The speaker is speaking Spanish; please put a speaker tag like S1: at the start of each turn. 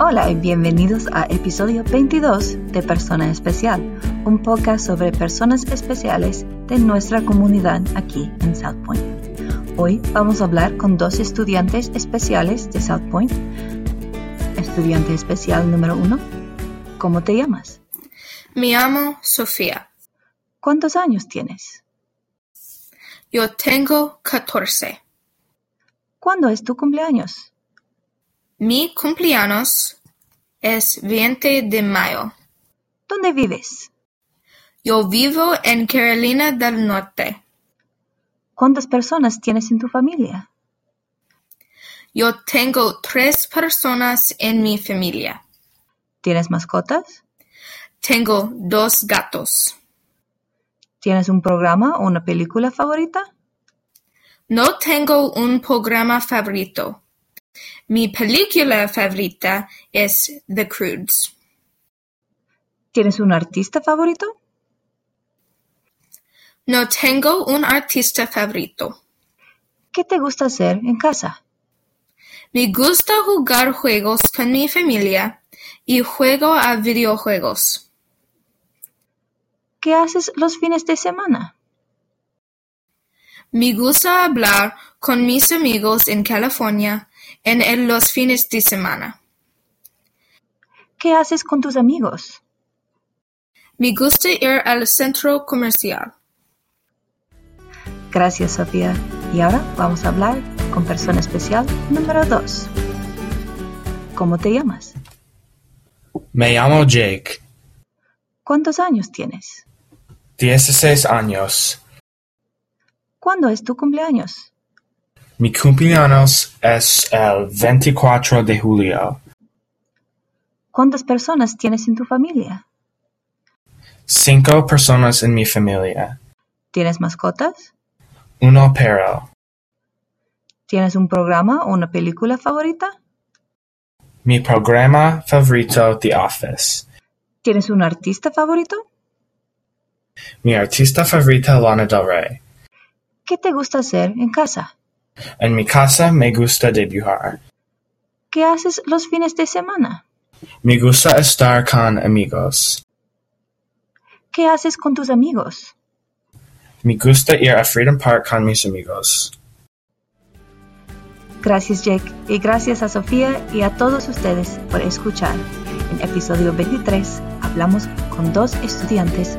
S1: Hola y bienvenidos a episodio 22 de Persona Especial, un podcast sobre personas especiales de nuestra comunidad aquí en South Point. Hoy vamos a hablar con dos estudiantes especiales de South Point. Estudiante especial número uno, ¿cómo te llamas?
S2: Me llamo Sofía.
S1: ¿Cuántos años tienes?
S2: Yo tengo 14.
S1: ¿Cuándo es tu cumpleaños?
S2: Mi cumpleaños es 20 de mayo.
S1: ¿Dónde vives?
S2: Yo vivo en Carolina del Norte.
S1: ¿Cuántas personas tienes en tu familia?
S2: Yo tengo tres personas en mi familia.
S1: ¿Tienes mascotas?
S2: Tengo dos gatos.
S1: ¿Tienes un programa o una película favorita?
S2: No tengo un programa favorito. Mi película favorita es The Crudes.
S1: ¿Tienes un artista favorito?
S2: No tengo un artista favorito.
S1: ¿Qué te gusta hacer en casa?
S2: Me gusta jugar juegos con mi familia y juego a videojuegos.
S1: ¿Qué haces los fines de semana?
S2: Me gusta hablar con mis amigos en California en el- los fines de semana.
S1: ¿Qué haces con tus amigos?
S2: Me gusta ir al centro comercial.
S1: Gracias, Sofía. Y ahora vamos a hablar con persona especial número 2. ¿Cómo te llamas?
S3: Me llamo Jake,
S1: ¿Cuántos años tienes?
S3: 16 años.
S1: ¿Cuándo es tu cumpleaños?
S3: Mi cumpleaños es el 24 de julio.
S1: ¿Cuántas personas tienes en tu familia?
S3: Cinco personas en mi familia.
S1: ¿Tienes mascotas?
S3: Uno perro.
S1: ¿Tienes un programa o una película favorita?
S3: Mi programa favorito, The Office.
S1: ¿Tienes un artista favorito?
S3: Mi artista favorita, Lana Del Rey.
S1: ¿Qué te gusta hacer en casa?
S3: En mi casa me gusta dibujar.
S1: ¿Qué haces los fines de semana?
S3: Me gusta estar con amigos.
S1: ¿Qué haces con tus amigos?
S3: Me gusta ir a Freedom Park con mis amigos.
S1: Gracias Jake y gracias a Sofía y a todos ustedes por escuchar. En episodio 23 hablamos con dos estudiantes